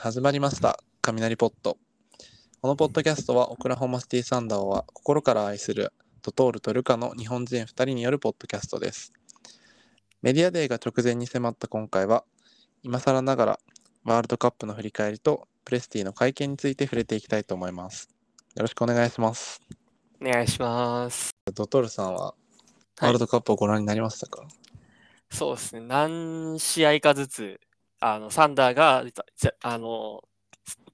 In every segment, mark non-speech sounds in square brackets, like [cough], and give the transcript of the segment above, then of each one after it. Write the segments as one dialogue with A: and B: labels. A: 始まりました雷ポットこのポッドキャストはオクラホマシティサンダーは心から愛するドトールとルカの日本人2人によるポッドキャストですメディアデーが直前に迫った今回は今更ながらワールドカップの振り返りとプレスティの会見について触れていきたいと思いますよろしくお願いします
B: お願いします。
A: ドトールさんはワ
B: はい
A: ールドカップをご覧になりましたか、
B: そうですね。何試合かずつ、あの、サンダーが、じゃあの、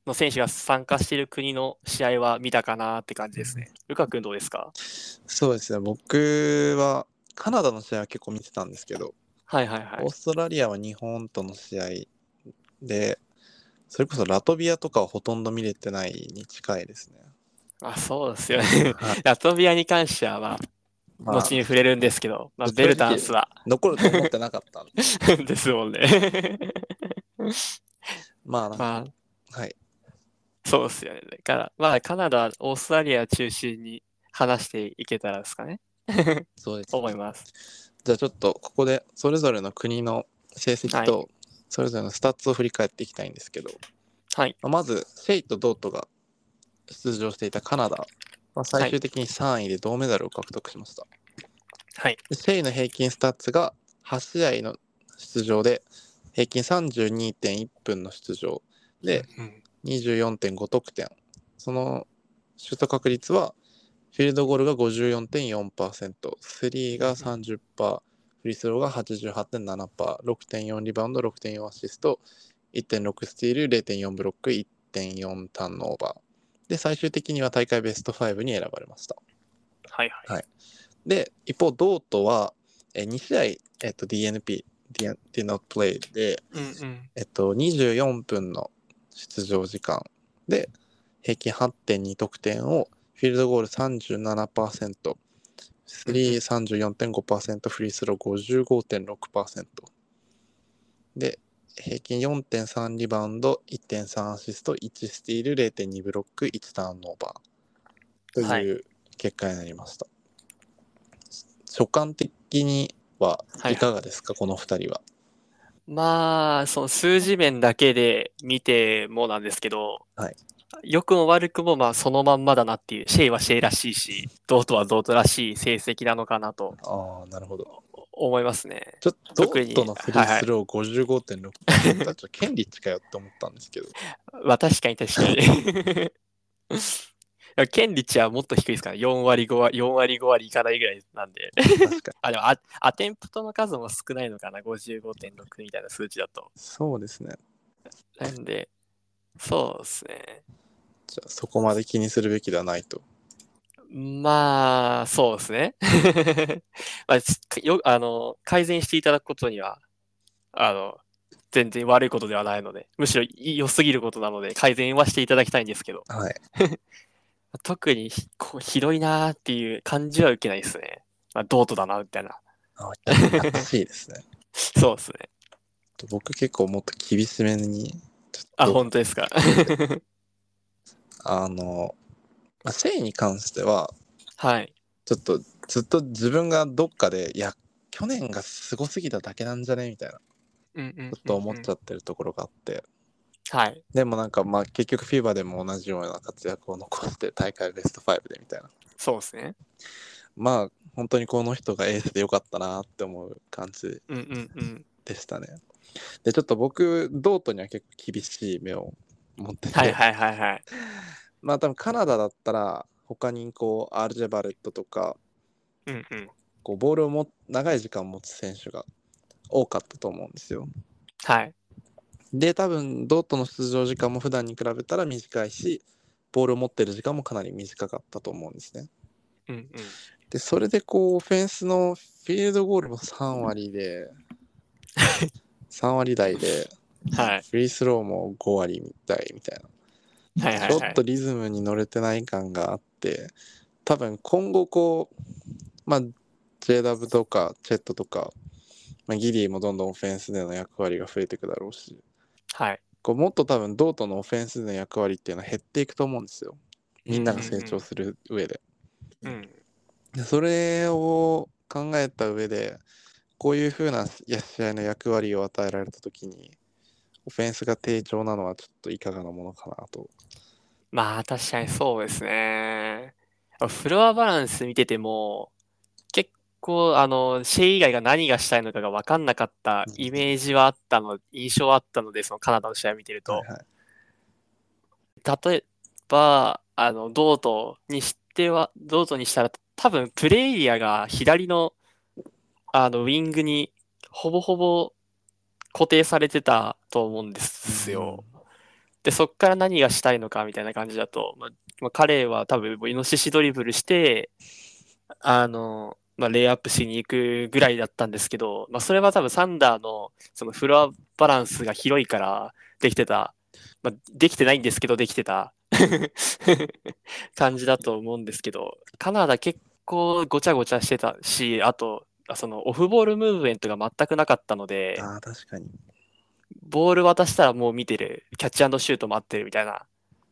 B: の選手が参加している国の試合は見たかなって感じですね。ルカ君どうですか
A: そうですね僕はカナダの試合は結構見てたんですけど
B: はいはいは
A: オー
B: い。
A: ストラリアは日本との試合で、それこそラトビアとかはほとんど見れてないに近いですね。
B: あ、そうですよね。 [laughs]
A: はい
B: ラトビアに関しては、まあ、
A: まあ
B: 後に触れるんですけど、まあ、
A: 正直
B: ベルタンスは [laughs]
A: 残ると思ってなかったん [laughs] で。
B: ですもんね。 [laughs]
A: まあなんか、
B: まあ、
A: はい。
B: そうですよね。だから、まあ、カナダ、オーストラリア中心に話していけたらですかね。
A: そうです、
B: 思います。
A: じゃあちょっとここでそれぞれの国の成績と、それぞれのスタッツを振り返っていきたいんですけど、
B: はい。
A: まあまず、シェイとドートが出場していたカナダ、まあ、最終的に3位で銅メダルを獲得しました。
B: はい。
A: でシェイの平均スタッツが8試合の出場で平均32.1分の出場で
B: うん
A: 24.5得点そのシュート確率はフィールドゴールが54.4%スリーが30%フリースローが 88.7%6.4 リバウンド6.4アシスト1.6スティール0.4ブロック1.4ターンオーバーで最終的には大会ベスト5に選ばれました
B: はいはい。
A: で、一方、ドートは、えー2試合、えっと DNP、did not play で、
B: うんうん。
A: えっと、24分の出場時間で、平均8.2得点を、フィールドゴール37%、スリー34.5%、フリースロー55.6%。で、平均4.3リバウンド、1.3アシスト、1スティール、0.2ブロック、1ターンオーバーと
B: はい
A: いう結果になりました。所感的には
B: はい
A: いかがですか、この2人は。
B: まあ、その数字面だけで見てもなんですけど
A: はい、
B: 良くも悪くもまあそのまんまだなっていう、シェイはシェイらしいし、ドートはドートらしい成績なのかなと
A: ああ、なるほど。
B: 思いますね。
A: ちょっとド
B: 特に
A: ットのフリースロー55.6%だったらちょっと権利近よって思ったんですけど、
B: まあ確かに確
A: [laughs]
B: かに。権利値はもっと低いですから、4割5割、4割5割いかないぐらいなんで。
A: 確かに。
B: あ、でもア、アテンプトの数も少ないのかな、55.6みたいな数値だと。
A: そうですね。
B: なんで、そうですね。
A: じゃあそこまで気にするべきではないと。
B: まあ、そうですね。 [laughs] まあ、すよ、あの、改善していただくことには、あの、全然悪いことではないので、むしろ良すぎることなので、改善はしていただきたいんですけど、
A: はい。
B: 特にひ、こうひどいなーっていう感じは受けないですね。まあ、ドートだな、みたいな。
A: あ優しい [laughs] ですね。
B: そうですね。
A: 僕結構もっと厳しめに、ちょっ
B: あ、
A: と、
B: 本当ですか。 [laughs]
A: あの、まあ、性に関しては、
B: はい。
A: ちょっとずっと自分がどっかで、いや、去年がすごすぎただけなんじゃねみたいな、ち
B: うんうんうんうん
A: ょっと思っちゃってるところがあって、
B: はい。
A: でもなんかまあ結局 FIBA でも同じような活躍を残して大会ベスト5でみたいな。
B: そうですね。
A: まあ本当にこの人がエースでよかったなって思う感じ
B: うんうんうん。
A: でしたね。でちょっと僕ドートには結構厳しい目を持ってて、
B: はいはいはいはい。
A: まあ多分カナダだったら他にこうアルジェバレットとか
B: うんうん。
A: こうボールをも長い時間持つ選手が多かったと思うんですよ。
B: はい。
A: で多分ドートの出場時間も普段に比べたら短いしボールを持ってる時間もかなり短かったと思うんですね。
B: うんうん。
A: でそれでこうオフェンスのフィールドゴールも3割で3割台で
B: はい。
A: フリースローも5割みたいみたい
B: はい
A: な
B: はい
A: ちょ
B: は
A: っ
B: い
A: と。リズムに乗れてない感があって多分今後こうまあ JW とかチェットとか、まあ、ギリーもどんどんオフェンスでの役割が増えていくだろうし
B: はい。
A: こうもっと多分ドートのオフェンスでの役割っていうのは減っていくと思うんですよみんなが成長する上で。
B: うん。
A: でそれを考えた上でこういう風なや試合の役割を与えられた時にオフェンスが低調なのはちょっといかがなものかなと。
B: まあ確かにそうですね。フロアバランス見てても、結構あの、シェイ以外が何がしたいのかが分かんなかった
A: うん
B: イメージはあったの、印象はあったので、そのカナダの試合見てると
A: はい。はい
B: 例えば、あの、ドートにしては、ドートにしたら、多分プレイエリアが左の、あの、ウィングにほぼほぼ固定されてたと思うんですよ。で、そっから何がしたいのかみたいな感じだと、まあまあ、彼は多分、イノシシドリブルして、あの、まあ、レイアップしに行くぐらいだったんですけど、まあ、それは多分サンダーのそのフロアバランスが広いからできてた、まあ、できてないんですけど、できてた [laughs] 感じだと思うんですけど、カナダ結構ごちゃごちゃしてたし、あと、そのオフボールムーブメントが全くなかったので、
A: ああ、確かに。
B: ボール渡したらもう見てる、キャッチシュート待ってるみたいな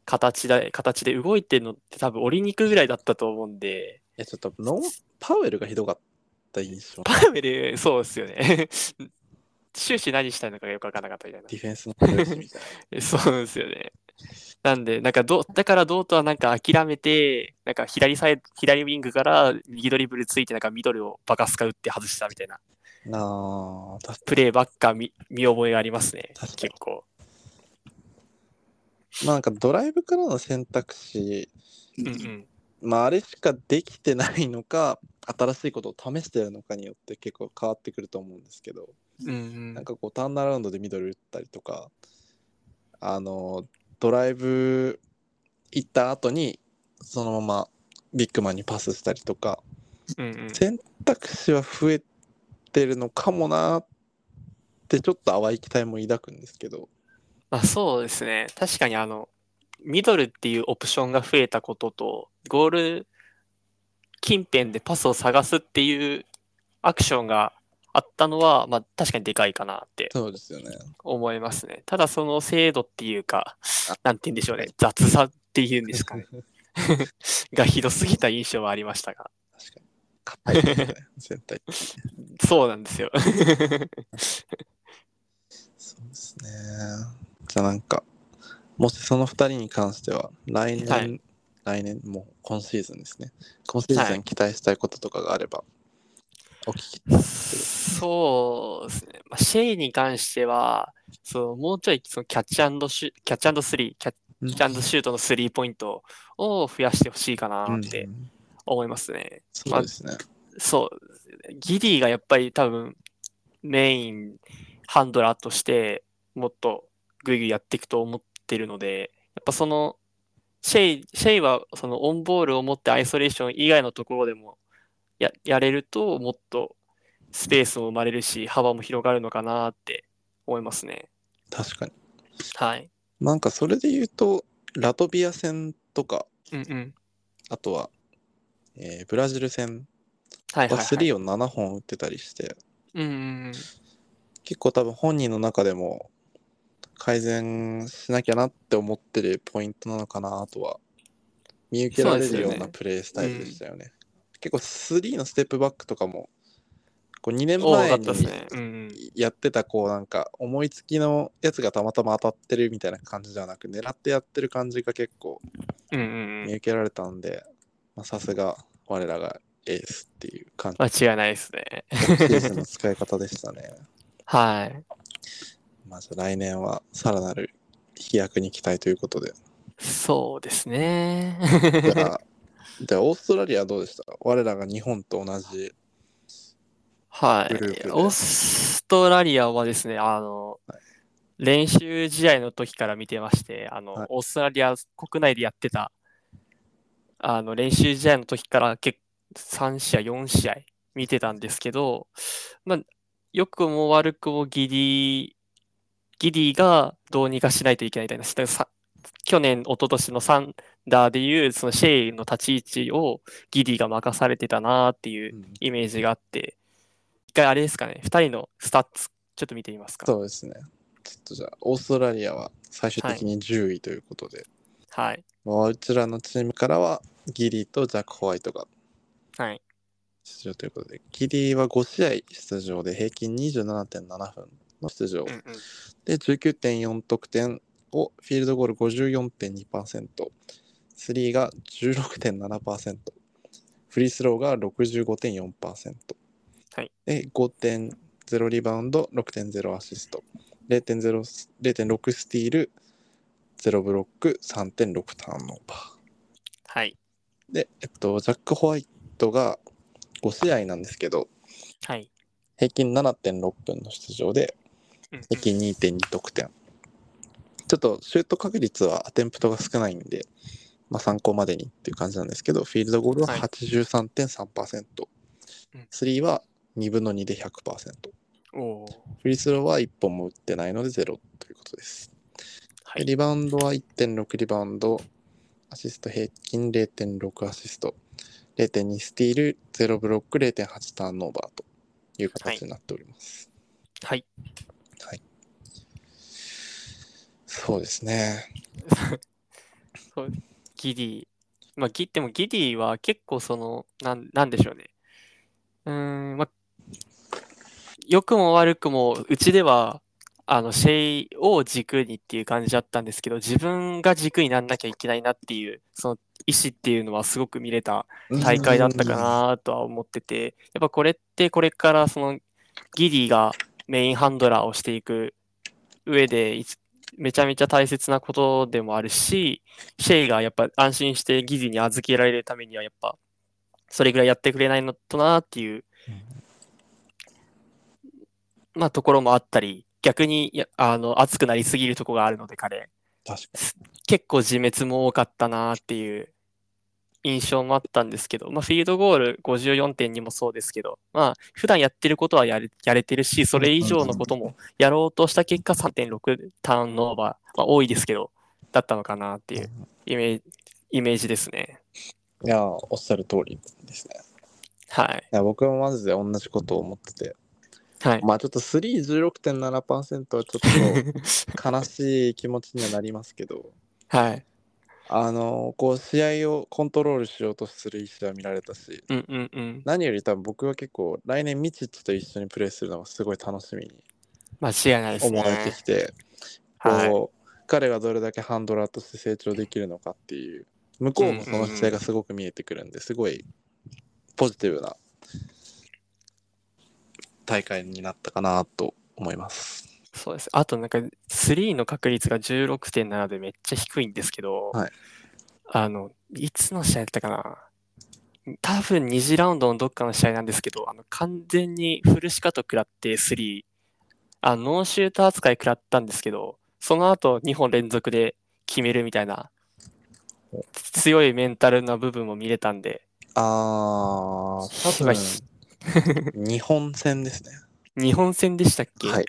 B: 形で、形で動いてるのって多分折りに行くぐらいだったと思うんで、
A: いや、ちょっとノー、パウエルがひどかった印象。
B: パーベル、そうですよね。 [laughs] 終始何したいのかがよくわからなかったみたいな
A: ディフェンスのプレーみたいな。。
B: え [laughs] そうなんですよね。なんで、なんかどう、だからどうとはなんか諦めて、なんか左サイド、左ウィングから右ドリブルついてなんかミドルをバカスカ打って外したみたいな
A: なあ、確か
B: プレーばっか見、見覚えがありますね
A: 確かに。
B: 結構。
A: まあなんかドライブからの選択肢、
B: うんうん。
A: まああれしかできてないのか、新しいことを試してるのかによって結構変わってくると思うんですけど、
B: うんうん
A: なんかこうターンアラウンドでミドル打ったりとか、あの、ドライブ行った後に、そのままビッグマンにパスしたりとか、
B: うんうん。
A: 選択肢は増えてるのかもなーってちょっと淡い期待も抱くんですけど、
B: まあそうですね。確かにあの、ミドルっていうオプションが増えたことと、ゴール近辺でパスを探すっていうアクションがあったのは、まあ確かにでかいかなって
A: そうですよね。
B: 思いますね。ただその精度っていうか、なんて言うんでしょうね。雑さっていうんですかね。がひどすぎた印象はありましたが。
A: 確かに。硬い
B: [laughs]
A: ですね、全体。
B: そうなん
A: [laughs]
B: ですよ。
A: そうですね。じゃあなんか、もしその2人に関しては、来年、
B: はい
A: 来年、もう今シーズンですね。今シーズ
B: は
A: ン
B: い
A: 期待したいこととかがあれば、お聞き、
B: そうですね。まあ、シェイに関しては、そう、もうちょいそのキャッチアンドシュ、キャッチアンドスリー、キャッ
A: うん
B: キャッチシュートのスリーポイントを増やしてほしいかな
A: うん
B: って思いますね。
A: そうですね。
B: そう、ギディがやっぱり多分メインハンドラーとしてもっとグイグイやっていくと思ってるので、やっぱそのシェイ、シェイはそのオンボールを持ってアイソレーション以外のところでもややれるともっとスペースも生まれるし幅も広がるのかなって思いますね。
A: 確かに。
B: はい。
A: なんかそれで言うと、ラトビア戦とか、
B: うんうん。
A: あとは、えーブラジル戦
B: はい
A: は
B: はい、
A: ス
B: はい。
A: リーを7本打ってたりして、
B: うんうん
A: 結構多分本人の中でも改善しなきゃなって思ってるポイントなのかなとは見受けられ
B: そ
A: る
B: うで
A: よ
B: すよ
A: う
B: ね
A: なプレースタイルでしたよね。結構3のステップバックとかもこう2
B: う
A: 年
B: ん。多か
A: 前
B: ったですね。うん
A: に
B: うん。
A: やってたこうなんか思いつきのやつがたまたま当たってるみたいな感じではなく狙ってやってる感じが結構
B: うんうんう
A: 見
B: ん。
A: 受けられたんでまあさすが我らがエースっていう感じ
B: 間違いないですね。
A: シーズンの使い方でしたね。
B: はい。
A: まあ、じゃあ来年はさらなる飛躍に期待ということで。 [laughs]
B: そうですね。
A: じゃあ、じゃあオーストラリアはどうでした我らが日本と同じ。
B: は
A: グループで
B: い。オーストラリアはですね、あの、
A: は
B: 練習試合の時から見てまして、あの、
A: はい
B: オーストラリア国内でやってた、あの、練習試合の時から結3試合、4試合見てたんですけど、まあ、良くも悪くもギリ、ギリがどうにかしないといけないみたいな。だからさ去年、一昨年のサンダーでいう、そのシェイの立ち位置をギリが任されてたなっていうイメージがあって、一回あれですかね、2人のスタッツ、ちょっと見てみますか。
A: そうですね。ちょっとじゃあ、オーストラリアは最終的に10位ということで、
B: はい。
A: まあうちらのチームからはギリーとジャック・ホワイトが
B: はい。
A: 出場ということで、ギリーは5試合出場で平均27.7分の出場。
B: うんうん。
A: で、19.4得点をフィールドゴール54.2%、スリーが16.7%、フリースローが65.4%、
B: はい、
A: で5.0リバウンド、6.0アシスト、0.0ス0.6スティール、0ブロック、3.6ターンオーバー。
B: はい。
A: で、えっと、ジャック・ホワイトが5試合なんですけど、
B: はい。
A: 平均7.6分の出場で、
B: うん
A: 平均2.2得点。ちょっとシュート確率はアテンプトが少ないんで、まあ、参考までにっていう感じなんですけど、フィールドゴールは
B: はい
A: 83.3%、
B: うん
A: スリーは2分の2で100%、
B: うんおー
A: フリースローは1本も打ってないので0ということです。
B: は
A: で
B: い。
A: リバウンドは1.6リバウンド、アシスト平均0.6アシスト、0.2スティール、0ブロック、0.8ターンオーバーという形になっております。
B: はい。
A: そうですね。
B: ギディ。まあ、ギでもギディは結構その、なん、なんでしょうね。うーん、まあ、良くも悪くも、うちでは、あの、シェイを軸にっていう感じだったんですけど、自分が軸になんなきゃいけないなっていう、その意思っていうのはすごく見れた大会だったかなとは思ってて、やっぱこれってこれからそのギディがメインハンドラーをしていく上でいつめちゃめちゃ大切なことでもあるし、シェイがやっぱ安心してギディに預けられるためにはやっぱそれぐらいやってくれないのとなっていう
A: うん、
B: まあところもあったり、逆にやあの熱くなりすぎるとこがあるので彼。
A: 確か
B: 結構自滅も多かったなっていう印象もあったんですけど、まあ、フィールドゴール54点にもそうですけど、まあ、普段やってることはやれやれてるし、それ以上のこともやろうとした結果、3.6ターンオーバー、まあ、多いですけど、だったのかなっていうイメージイメージですね。
A: に。いや、おっしゃる通りですね。
B: はい。
A: いや、僕もマジで同じことを思ってて。
B: はい。
A: まあちょっと3、16.7%はちょっと悲しい気持ちにはなりますけど、
B: [laughs]
A: [laughs]
B: はい。
A: あの、こう、試合をコントロールしようとする意思は見られたし、
B: うんうんうん。
A: 何より多分僕は結構、来年ミチッチと一緒にプレーするのがすごい楽しみに
B: 間違いないです
A: 思えて
B: ね。
A: きて、
B: はい。
A: こう、彼がどれだけハンドラーとして成長できるのかっていう向こうもその姿勢がすごく見えてくるんですごいポジティブな大会になったかなと思います。
B: そうです。あとなんか、3の確率が16.7でめっちゃ低いんですけど、
A: はい
B: あの、いつの試合だったかな多分2次ラウンドのどっかの試合なんですけど、あの、完全にフルシカと食らって3、あの、ノーシューター扱い食らったんですけど、その後2本連続で決めるみたいな、強いメンタルな部分も見れたんで、
A: あー、多分
B: まあひ
A: 日本戦ですね。
B: 日本戦でしたっけ
A: はい。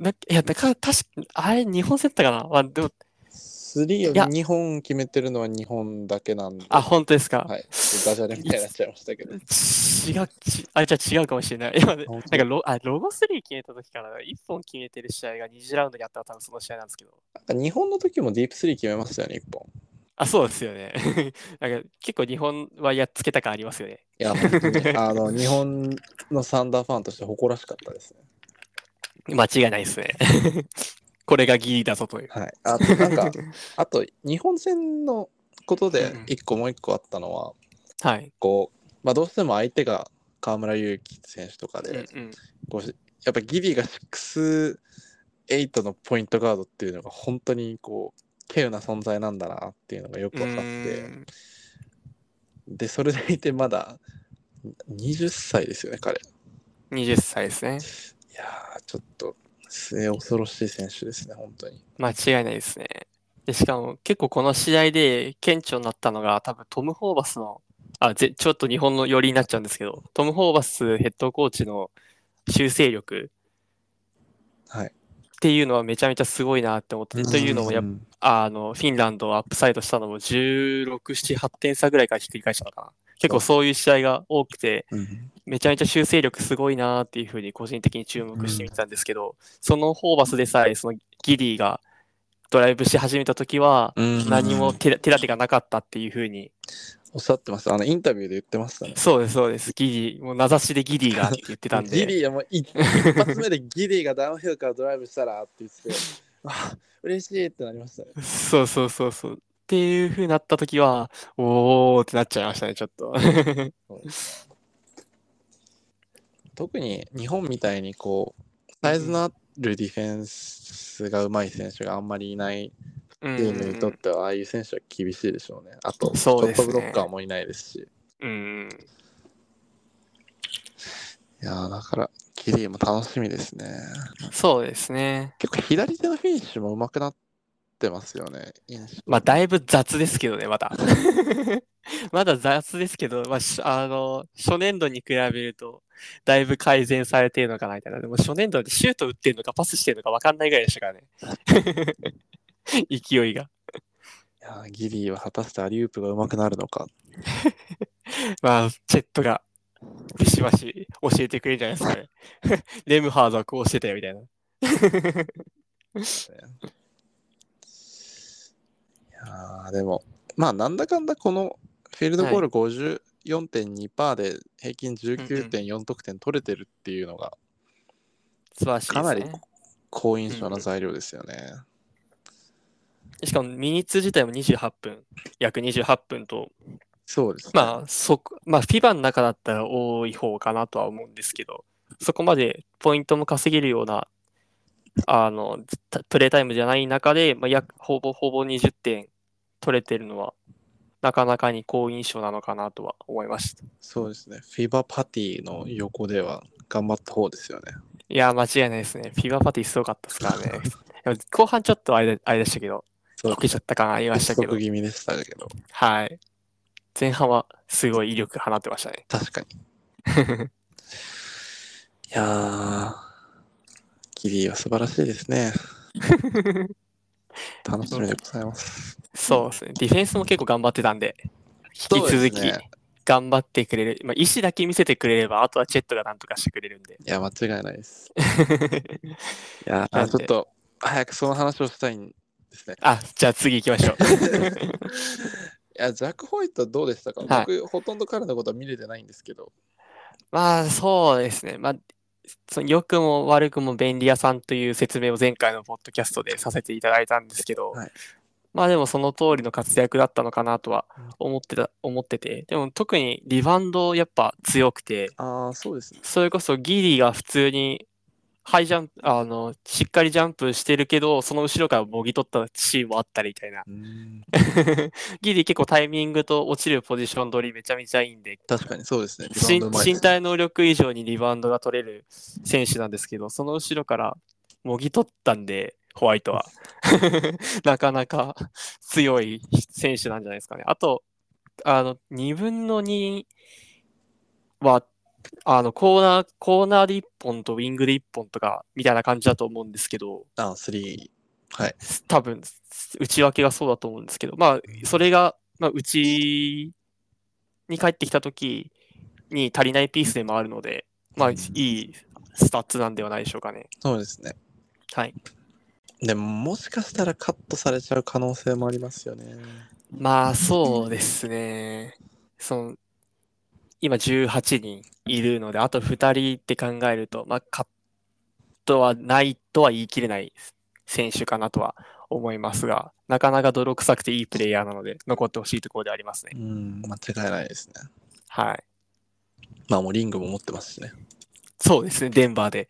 B: だいや、だから確か、あれ日本戦だったかな、まあ、でも
A: 3を
B: いや
A: 2本決めてるのは日本だけなんで、
B: あ、本当ですか。
A: はい、ちょっとダジャレみたいになっちゃいましたけど。
B: 違う、ちあ、じゃあ違うかもしれない。今ね、
A: 本当
B: なんかロあロゴ3決めた時から1本決めてる試合が2次ラウンドにあったら多分その試合なんですけど。
A: なんか日本の時もディープ3決めましたよね、1本。
B: あ、そうですよね。 [laughs] なんか結構日本はやっつけた感ありますよね。
A: いや、本当にあの、日本のサンダーファンとして誇らしかったですね。
B: 間違いないですね。 [laughs] これがギリだぞという。
A: はい。あと、なんか、あと、日本戦のことで
B: うんうん、
A: 一個もう一個あったのは、
B: はい。
A: こう、まあ、どうしても相手が河村勇輝選手とか
B: うんう
A: で、
B: ん。
A: こうしやっぱギリが6、8のポイントガードっていうのが、本当にこう、稀有な存在なんだなっていうのがよく分かっ
B: う
A: て、
B: ん
A: で、それでいて、まだ20歳ですよね、彼。
B: 20歳ですね。
A: いやー、ちょっと、末恐ろしい選手ですね、本当に。
B: 間違いないですね。で、しかも結構この試合で顕著になったのが多分トム・ホーバスの、あ、ぜ、ちょっと日本の寄りになっちゃうんですけど、トム・ホーバスヘッドコーチの修正力
A: はい。
B: っていうのはめちゃめちゃすごいなって思って、というのもやっぱ、
A: ん
B: あの、フィンランドをアップサイドしたのも16、7、8点差ぐらいからひっくり返したのかな。結構そういう試合が多くて、
A: うん
B: めちゃめちゃ修正力すごいなーっていうふうに個人的に注目してみてたんですけど、そのホーバスでさえそのギリーがドライブし始めた時は
A: うん
B: 何も手,、手立てがなかったっていうふうに
A: おっしゃってました。あの、インタビューで言ってましたね。
B: そうです、そうです。ギリー、もう名指しでギリーがって言ってたんで。
A: [laughs] ギリーは
B: [laughs]
A: もうい一発目でギリーがダウンヒルからドライブしたらって言ってて、あ嬉しいってなりましたね。
B: そうそうそうそう。っていう風になった時は、おーってなっちゃいましたね、ちょっ
A: [laughs]
B: と。
A: 特に日本みたいにこう、サイズのあるディフェンスが上手い選手があんまりいない
B: うん
A: チームにとっては、ああいう選手は厳しいでしょうね。あと、シ
B: そう
A: ョ
B: で
A: ッ
B: す
A: ト
B: ね
A: ブロッカーもいないですし。
B: うん。
A: いやーだから、ギリーも楽しみですね。
B: そうですね。
A: 結構左手のフィニッシュも上手くなってますよね。印象
B: まあ、だいぶ雑ですけどね、まだ。 [laughs] まだ雑ですけど、まあ、しあの、初年度に比べると、だいぶ改善されてるのかな、みたいな。でも、初年度でシュート打ってるのか、パスしてるのか分かんないぐらいでしたからね。 [laughs] 勢いが。
A: いやーギリーは果たしてアリウープが上手くなるのか。
B: まあ、チェットが、ビシバシ教えてくれるんじゃないですかね。 [laughs] レムハードはこうしてたよ、みたいな。
A: いやーでも、まあ、なんだかんだこのフィールドゴール54.2%で平均19.4得点取れてるっていうのが
B: 素晴らしいですね。
A: かなり好印象の材料ですよね。
B: しかも、ミニツ自体も28分、約28分と、
A: そうですね。
B: まあ、そこ、まあ、フィバの中だったら多い方かなとは思うんですけど、そこまでポイントも稼げるような、あの、たプレータイムじゃない中で、まあ、約、ほぼほぼ20点取れてるのは、なかなかに好印象なのかなとは思いました。
A: そうですね。フィバパティの横では頑張った方ですよね。
B: いや、間違いないですね。フィバパティすごかったですからね。でも後半ちょっとあれであれでしたけど、 [laughs]
A: そう
B: こけちゃった感ありましたけど
A: 不足、気味でしたけど、
B: はい。前半はすごい威力放ってました
A: [laughs]
B: ね。
A: 確かに。いやー、ギリーは素晴らしいです
B: [laughs]
A: ね。楽しみでございます。
B: そうですね。ディフェンスも結構頑張ってたんで、引き
A: そう
B: 続
A: です
B: き
A: ね
B: 頑張ってくれる。まあ、意思だけ見せてくれれば、あとはチェットがなんとかしてくれるんで。
A: いや、間違いないです。いや
B: な
A: ー、
B: ん
A: ちょっ
B: で
A: と、早くその話をしたいんですね。 [laughs]
B: あ、じゃあ次行きましょう。
A: いや、ジャック・ホワイトはどうでしたか、
B: はい
A: 僕、ほとんど彼のことは見れてないんですけど。
B: まあ、そうですね。まあ、その良くも悪くも便利屋さんという説明を前回のポッドキャストでさせていただいたんですけど、
A: はい
B: まあでもその通りの活躍だったのかなとは思ってた、思ってて、でも特にリバウンドやっぱ強くて、
A: ああ、そうですね。
B: それこそギリが普通にハイジャンプ、あの、しっかりジャンプしてるけど、その後ろからもぎ取ったシーンもあったりみたいな。 [laughs] ギリ結構タイミングと落ちるポジション取りめちゃめちゃいいんで、
A: 確かにそうですね。
B: 身
A: リバウンドうまいです
B: 身体能力以上にリバウンドが取れる選手なんですけど、その後ろからもぎ取ったんで、ホワイトは。 [laughs] なかなか強い選手なんじゃないですかね。あと、あの、2分の2は、あの、コーナー、コーナーで1本とウィングで1本とか、みたいな感じだと思うんですけど、
A: あー、スリー。はい。
B: 多分、内訳がそうだと思うんですけど、まあ、それが、まあ、うちに帰ってきた時に足りないピースでもあるので、まあ、
A: う
B: い
A: ん
B: いスタッツなんではないでしょうかね。
A: そうですね。
B: はい。
A: でも、もしかしたらカットされちゃう可能性もありますよね。
B: まあ、そうですね。その、今18人いるので、あと2人って考えると、まあ、カットはないとは言い切れない選手かなとは思いますが、なかなか泥臭くていいプレイヤーなので、残ってほしいところではありますね
A: う。ん、間違いないですね。
B: はい。
A: まあ、もうリングも持ってますしね。
B: そうですね、デンバーで。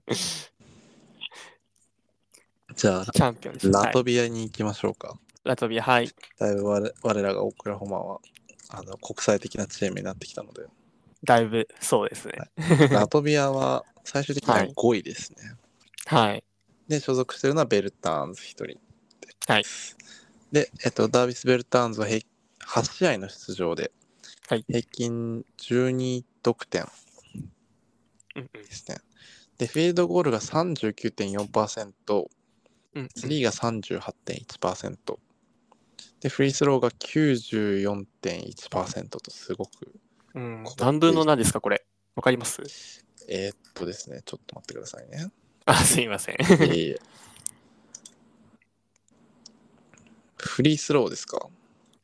B: [laughs]
A: じゃあ、
B: チャンピオンです。
A: ラ
B: はい
A: トビアに行きましょうか。
B: ラトビア、はい。
A: だいぶ我我らがオクラホマはあの国際的なチームになってきたので、
B: だいぶ、そうですね。
A: ラトビアは最終的には
B: はい
A: 5位ですね。
B: はい。
A: で、所属してるのはベルターンズ1人。
B: はい。
A: で、えっと、ダービス・ベルターンズは平8試合の出場で、
B: はい
A: 平均12得点
B: うんうん
A: ですね。で、フィールドゴールが39.4%、
B: うん
A: スリーが38.1%。で、フリースローが94.1%とすごく
B: うん。うん何分の何ですか、これ。わかります [laughs]
A: えーっとですね、ちょっと待ってくださいね。
B: あ、すいません。 [laughs]
A: いえいえフリースローですか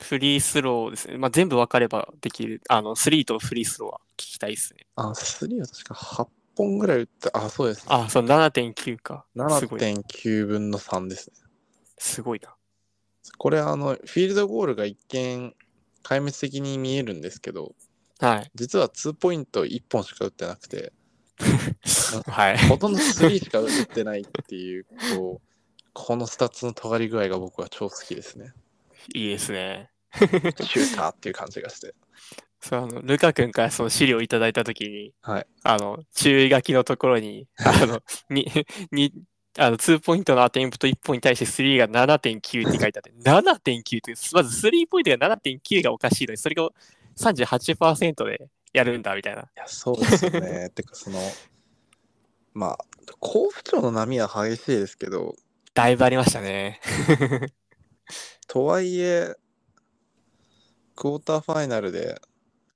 B: フリースローですね。まあ、全部分かればできる。あの、スリーとフリースローは聞きたいですね。
A: あ、スリーは確か8本ぐらい打って、あ、そうですね。
B: あ、その7.9か。すごい。
A: 7.9分の3ですね。
B: すごいな。
A: これ、あの、フィールドゴールが一見、壊滅的に見えるんですけど、
B: はい。
A: 実は2ポイント1本しか打ってなくて、
B: はい。
A: ほとんどスリーしか打ってないっていう、こう、このスタッツの尖り具合が僕は超好きですね。
B: いいですね。
A: シューターっていう感じがして。
B: そう、あの、ルカ君からその資料をいただいたときに、
A: はい
B: あの、注意書きのところに、あの、に、 [laughs] に、あの、2ポイントのアテンプト1本に対して3が7.9って
A: [laughs]
B: 書いてあって、7.9って、まず3ポイントが7.9がおかしいのに、それが38%でやるんだ、みたいな。
A: いや、そうですよね。 [laughs] てか、その、まあ、好不調の波は激しいですけど、
B: だいぶありましたね。
A: とはいえ、クォーターファイナルで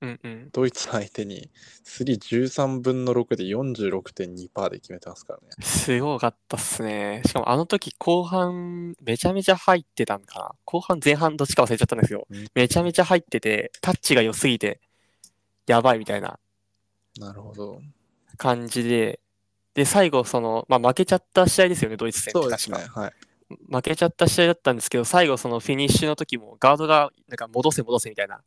B: うんうん。
A: ドイツ相手に313分の6で46.2%で決めてますからね。
B: すごかったっすね。しかもあの時後半めちゃめちゃ入ってたんかな。後半前半どっちか忘れちゃったんですよ
A: うん。
B: めちゃめちゃ入ってて、タッチが良すぎて、やばいみたいな
A: なるほど。
B: 感じで、で、最後その、まあ、負けちゃった試合ですよね、ドイツ戦って
A: そうですね。
B: 確か。
A: はい。
B: 負けちゃった試合だったんですけど、最後そのフィニッシュの時もガードがなんか戻せ戻せみたいな、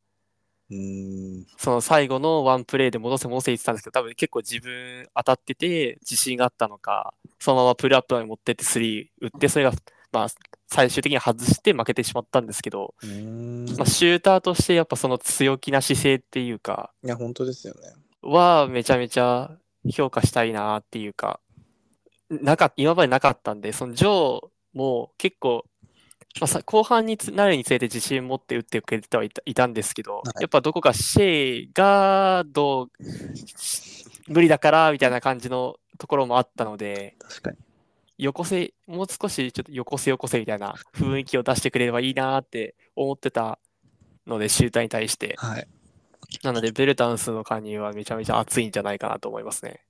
A: うーん。
B: その最後のワンプレーで戻せ戻せ言ってたんですけど、多分結構自分当たってて自信があったのか、そのままプルアップまで持ってって3打って、それが、まあ、最終的に外して負けてしまったんですけど、
A: うーん。
B: まあ、シューターとしてやっぱその強気な姿勢っていうか、
A: いや、本当ですよね。
B: はめちゃめちゃ評価したいなっていうか、なかっ今までなかったんで、そのジョーも結構、まあ、さ後半につなるにつれて自信持って打ってくれてはいたいたんですけど
A: い、
B: やっぱどこかシェイがどう無理だからみたいな感じのところもあったので、
A: 確かに。
B: よこせ、もう少しちょっとよこせよこせみたいな雰囲気を出してくれればいいなって思ってたので、シューターに対して。
A: はい。
B: なので、ベルタンスの加入はめちゃめちゃ熱いんじゃないかなと思いますね。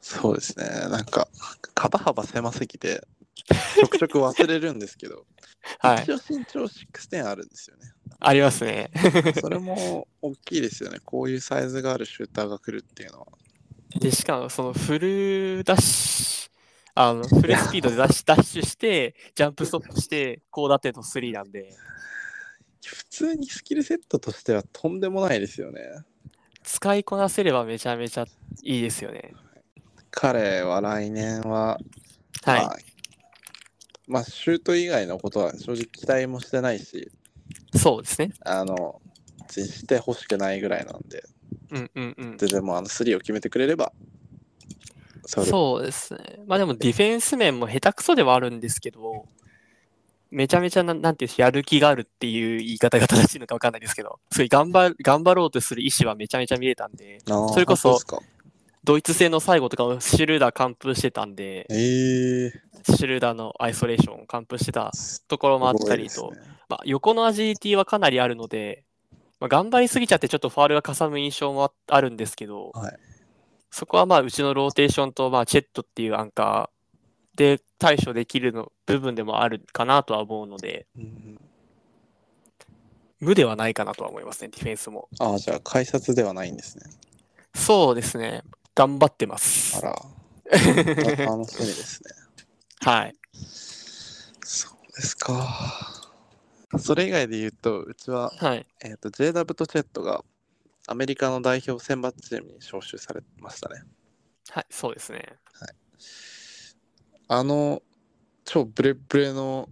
A: そうですね。なんか、肩幅狭すぎて、ちょくちょく忘れるんですけ [laughs] ど、
B: はい
A: 一。応身長6点あるんですよね。
B: ありますね。
A: それも大きいですよね。こういうサイズがあるシューターが来るっていうのは。
B: で、しかも、そのフルダッシュ、あの、フルスピードでダッシュ、ダッシュして、ジャンプストップして、高打点と3なんで、
A: 普通にスキルセットとしてはとんでもないですよね。
B: 使いこなせればめちゃめちゃいいですよね。
A: 彼は来年は、
B: はい。
A: まあまあ、シュート以外のことは正直期待もしてないし、
B: そうですね。
A: あの、別にしてほしくないぐらいなんで、
B: うんうんうん。
A: ででもあの3を決めてくれれば、それ
B: そうですね。まあでもディフェンス面も下手くそではあるんですけど、めちゃめちゃな、なんていうんですかやる気があるっていう言い方が正しいのかわかんないですけど、すごい頑張る、頑張ろうとする意思はめちゃめちゃ見えたんで、
A: あー
B: それこそ
A: あうですか
B: ドイツ戦の最後とかもシュルーダー完封してたんで、
A: ええ
B: シュルーダーのアイソレーションを完封してた
A: ー。
B: ところもあっ
A: すご
B: た
A: い
B: り
A: ですね
B: と、まあ、横のアジリティはかなりあるので、まあ、頑張りすぎちゃってちょっとファールがかさむ印象もああるんですけど、
A: はい
B: そこはまあうちのローテーションとまあチェットっていうアンカーで対処できるの部分でもあるかなとは思うので、
A: うんうん
B: 無ではないかなとは思いますね、ディフェンスも。
A: ああ、じゃあ、改札ではないんですね。
B: そうですね、頑張ってま
A: あ
B: す。
A: ら、楽しみですね。
B: [laughs]
A: [laughs]
B: はい。
A: そうですか。それ以外で言うと、うちは、
B: はい。
A: えー、と JW とチェットがアメリカの代表選抜チームに招集されましたね。
B: はい、そうですね。
A: あの、超ブレブレの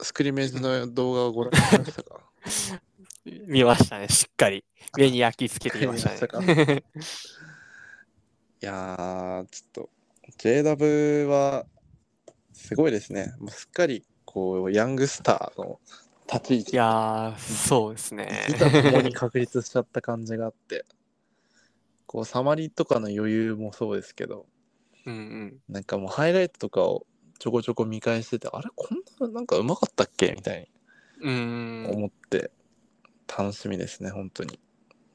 A: スクリメージの動画をご覧になりましたか
B: 見ましたね、しっかり。目に焼き付けていました
A: わ
B: ね。
A: [laughs] いやー、ちょっと JW はすごいですね。もうすっかりこうヤングスターの立ち位置
B: いやー、そうですね。
A: 自他ともに確立しちゃった感じがあってこうサマリーとかの余裕もそうですけど
B: うんうん。
A: なんかもうハイライトとかをちょこちょこ見返しててあれこんななんかうまかったっけみたいうに
B: ーん。
A: 思って楽しみですね本当にい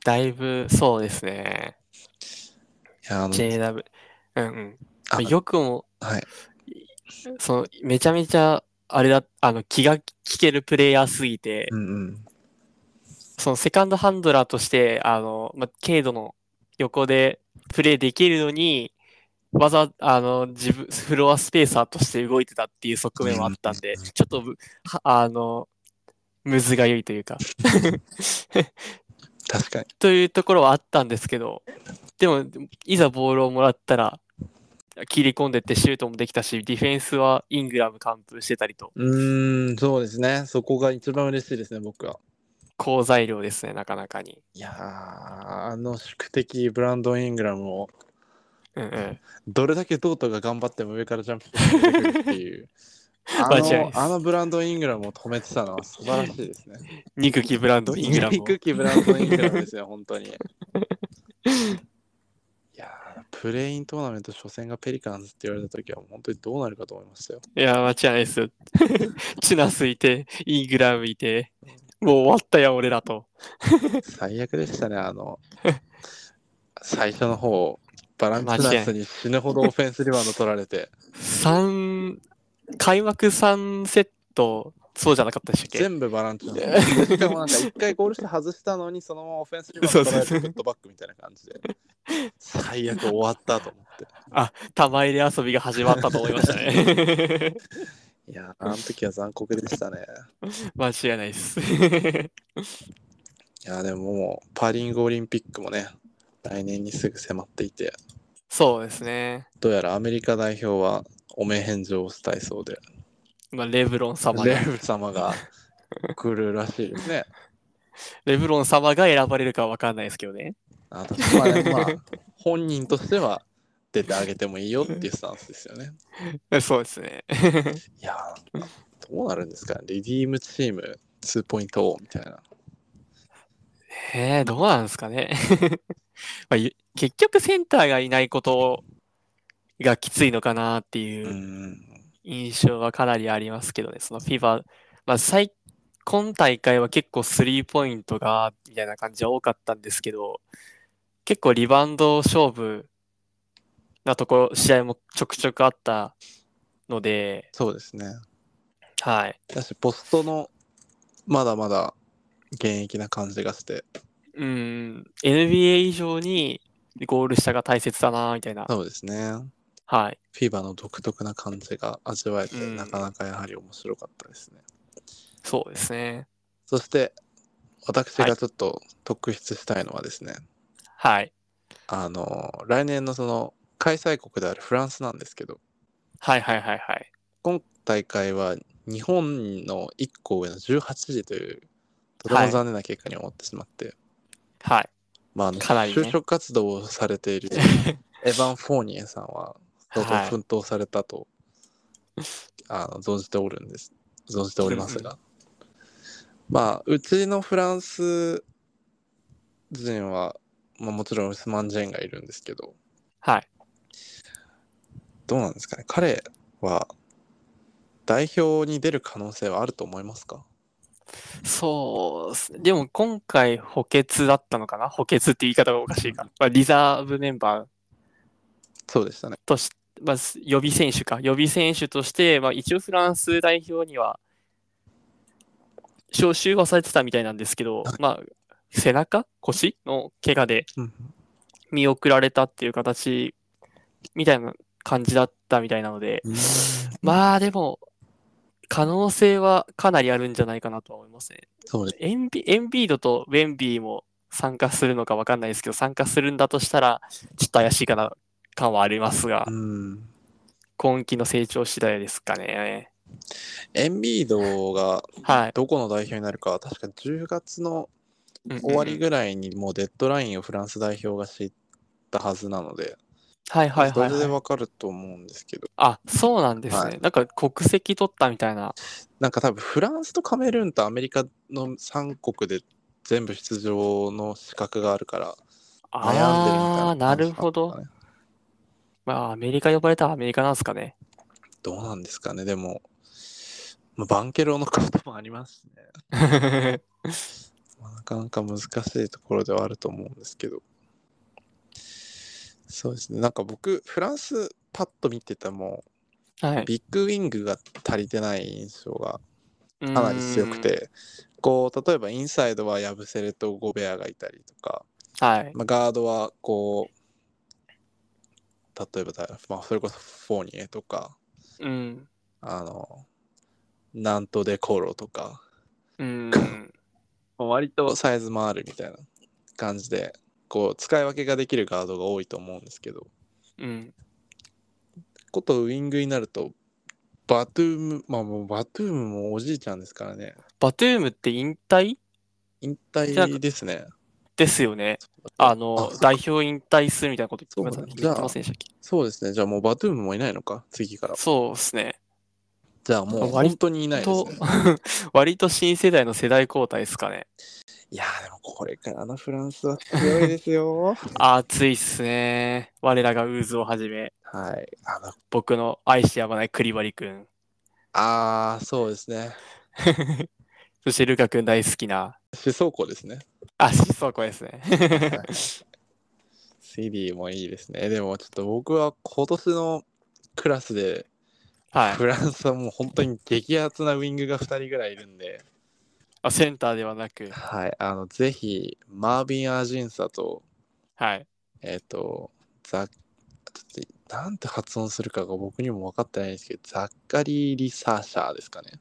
B: だいぶ、そうですね。
A: やあの
B: JW。うんうん。
A: あ
B: よくも、
A: はい
B: その、めちゃめちゃあれだ、あの、気が利けるプレイヤーすぎて、
A: うんうん。
B: そのセカンドハンドラーとして、あの、まあ、軽度の横でプレイできるのに、わざ、あの、自分、フロアスペーサーとして動いてたっていう側面もあったんで、
A: うん
B: ちょっとぶ、はあの、むずがゆいというか、
A: 確かに。
B: というところはあったんですけど、でも、いざボールをもらったら、切り込んでってシュートもできたし、ディフェンスはイングラム完封してたりと、
A: うーん、そうですね。そこが一番嬉しいですね、僕は。
B: 好材料ですね、なかなかに。
A: いやー、あの宿敵ブランドン・イングラムを、
B: うんうん。
A: どれだけドートが頑張っても上からジャンプしてくるって [laughs] いう。あ
B: 間違いない
A: の
B: です
A: あのブランドン・イングラムを止めてたのは素晴らしいですね。
B: 憎きブランド、イングラムを。
A: 憎きブランドン・イングラムですよ、本当に。いやープレイントーナメント初戦がペリカンズって言われた時は、本当にどうなるかと思いましたよ。
B: いや、間違いないですよ。 [laughs] チュナスいて、イングラムいて、もう終わったや、俺らと。
A: 最悪でしたね、あの、最初の方、バランチュナスに死ぬほどオフェンスリバウンド取られて、
B: 三開幕3セット、そうじゃなかったでしたっけ
A: 全部バランチュナス。しかもなんか一回ゴールして外したのに、そのままオフェンスリバウンド取られ
B: そう
A: て、
B: そうそう
A: フットバックみたいな感じで、最悪終わったと思って。
B: 玉入れ遊びが始まったと思いましたね。 [laughs]
A: いやー、あの時は残酷でしたね。
B: 間違いないです。 [laughs]
A: いやー、でももう、パーリングオリンピックもね、来年にすぐ迫っていて、
B: そうですね。
A: どうやらアメリカ代表は、おめ返上をしたいそうで、
B: まあ、レブロン様
A: レ
B: が、
A: ブ様が来るらしいです
B: [laughs]
A: ね。
B: レブロン様が選ばれるかは分かんないですけどね。
A: あ確かにまあ、本人としては出てあげてもいいよっていうスタンスですよね。
B: そうですね。
A: いやー、どうなるんですかねリディームチーム2ポイント王みたいな。
B: えー、どうなんですかね。 [laughs] まあ、ゆ結局センターがいないことがきついのかなっていうう
A: ーん。
B: 印象はかなりありますけどね、そのフィーバー、まあ、最今大会は結構スリーポイントがみたいな感じは多かったんですけど、結構リバウンド勝負なところ、試合もちょくちょくあったので、
A: そうですね。
B: はい。
A: だし、ポストのまだまだ現役な感じがして、
B: うん、NBA 以上にゴール下が大切だな、みたいな。
A: そうですね。
B: はい。
A: フィーバーの独特な感じが味わえて、
B: うん
A: なかなかやはり面白かったですね。
B: そうですね。
A: そして、私がちょっと特筆したいのはですね、
B: はい。
A: あの、来年のその開催国であるフランスなんですけど、
B: はいはいはいはい。
A: 今大会は日本の1個上の18時というとても残念な結果に思ってしまって、
B: はい。
A: まああの
B: かなりね
A: 就職活動をされて
B: [laughs]
A: いるエヴァン・フォーニエさんは相当奮闘されたと、あの存じておるんです存じておりますがまあうちのフランス人は、まあ、もちろんウスマン・ジェンがいるんですけど
B: はい。
A: どうなんですかね彼は代表に出る可能性はあると思いますか
B: そうっすね。でも今回補欠だったのかな補欠って言い方がおか
A: [laughs]
B: しいか。まあ、リザーブメンバー
A: そうでしたね。
B: として、まあ、予備選手か。予備選手として、まあ、一応フランス代表には招集はされてたみたいなんですけど、まあ、背中腰の怪我で見送られたっていう形みたいな感じだったみたいなので、まあでも、可能性はかなりあるんじゃないかなとは思いますね。
A: そうです。
B: エンビエンビードとウェンビーも参加するのか分かんないですけど、参加するんだとしたら、ちょっと怪しいかな感はありますが
A: う、ん。
B: 今季の成長次第ですかね。
A: エンビードが
B: はい。
A: どこの代表になるかは、確か10月の終わりぐらいにもうデッドラインをフランス代表が知ったはずなので、
B: はいはい
A: そ
B: は
A: れ
B: い
A: で
B: はい。
A: わかると思うんですけど、
B: あ、そうなんですね。
A: はい
B: なんか国籍取ったみたいな。
A: なんか多分フランスとカメルーンとアメリカの3国で全部出場の資格があるから、悩んでるみたい
B: ああ
A: な
B: ー、な
A: 感じ
B: る
A: んですかね
B: ほど。まあ、アメリカ呼ばれたらアメリカなんですかね。
A: どうなんですかね、でも、まあバンケロのこともありますしね。まあなかなか難しいところではあると思うんですけど。そうですね。なんか僕、フランスパッと見てても、
B: はい。
A: ビッグウィングが足りてない印象が
B: か
A: かなり強く。て、こう例えばインサイドはヤブセレとゴベアがいたりとか、
B: はい。
A: まあ、ガードはこう例えば誰だ、まあ、それこそフォーニエとか
B: うん。
A: あのなんとでコロとか
B: うん。
A: [laughs] 割とサイズもあるみたいな感じでこう使い分けができるガードが多いと思うんですけど
B: うん。
A: ことウイングになるとバトゥームまあもうバトゥームもおじいちゃんですからね
B: バトゥームって引退
A: 引退ですね
B: ですよね。あの、代
A: 表
B: 表引退するみたいなこと
A: そう
B: 言
A: だ
B: ってません言ってませんでしたっけ
A: そうですねじゃあもうバトゥームもいないのか次から
B: そうですね。
A: じゃあもう
B: 割と
A: 本当にいないです
B: と
A: ね、
B: 割と [laughs] 新世代の世代交代ですかね。
A: いやーでもこれからのフランスは強いです
B: [laughs]
A: よ
B: 熱いっすね。我らがウーズをはじめ、
A: はいあの
B: 僕の愛してやまないクリバリ君。 [laughs]
A: あーそうですね
B: そしてルカ君大好きな、
A: 思想庫ですね
B: あ、シソコですね。 [laughs]
A: シリーもいいですね。でもちょっと僕は今年のクラスで
B: はい。
A: [laughs] フランスはもう本当に激アツなウィングが2人ぐらいいるんで、
B: あセンターではなく、
A: はい、あのぜひマービン・アージンサと、
B: はい。
A: えっ、と、ザちょっとなんて発音するかが僕にも分かってないんですけど、ザッカリー・リサーシャーですかね。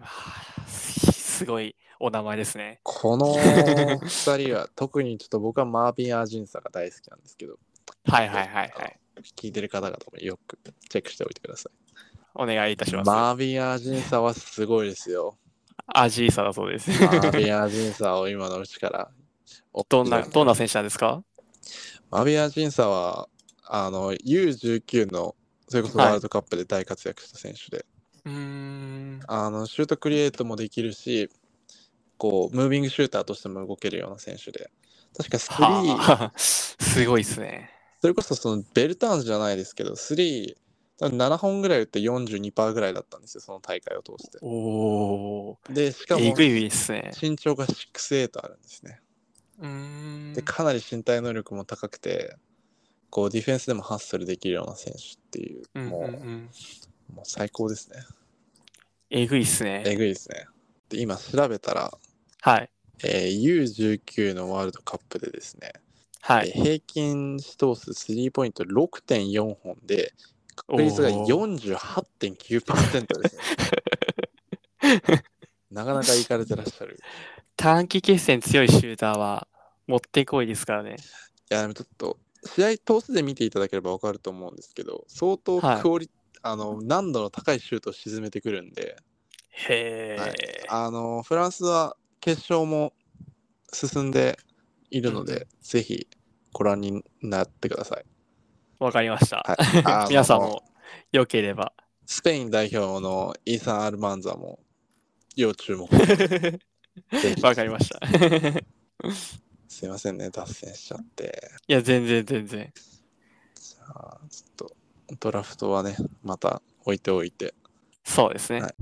B: はあすごいお名前ですね。
A: この2人は特にちょっと僕はマービン・アージンサが大好きなんですけど、
B: はいはいはいはい。
A: 聞いてる方々もよくチェックしておいてください。
B: お願いいたします。
A: マービン・アージンサはすごいです [laughs] よ。
B: アジーサだそ
A: [laughs]
B: うです。
A: マービン・アージンサを今のうちから。
B: どんな、どんな選手なんですか
A: マービン・アージンサはあの U19 のそれこそワールドカップで大活躍した選手で、
B: うーん。
A: あのシュートクリエイトもできるしこうムービングシューターとしても動けるような選手で確かスリー
B: はあ、 [laughs] すごいですね。
A: それこそそのベルターンじゃないですけどスリー多分7本ぐらい打って42%ぐらいだったんですよその大会を通して
B: おー。
A: でしか
B: え
A: も
B: ぐいですね。
A: 身長が68あるんですね
B: うーん
A: で。かなり身体能力も高くてこうディフェンスでもハッスルできるような選手っていう,、
B: うんうんう
A: も
B: ん。
A: うもう最高ですね
B: えぐいっすね。
A: えぐいですねで今調べたら、
B: はい。
A: えー U19 のワールドカップでですね、
B: はい。
A: えー平均試投数スリーポイント6.4本で確率が
B: お
A: 48.9%ですね
B: [laughs]
A: なかなかいかれてらっしゃる
B: 短期決戦強いシューターは、持ってこいですからね。
A: いやでもちょっと試合通して見ていただければ分かると思うんですけど相当
B: はい
A: クオリ、あの難度の高いシュートを沈めてくるんで
B: へ
A: はい
B: え。
A: あのフランスは決勝も進んでいるので、
B: うん
A: ぜひご覧になってくだ
B: [laughs]
A: さい。
B: わかりました。
A: はいあの
B: 皆さんも、良ければ。 [laughs]
A: スペイン代表のイーサン・アルマンザも要注目ぜひ
B: [laughs] わかりました。い
A: すいませんね脱線しちゃって
B: や、全然全然。
A: じゃあちょっとドラフトはねまた置いておいて
B: そうですね。
A: は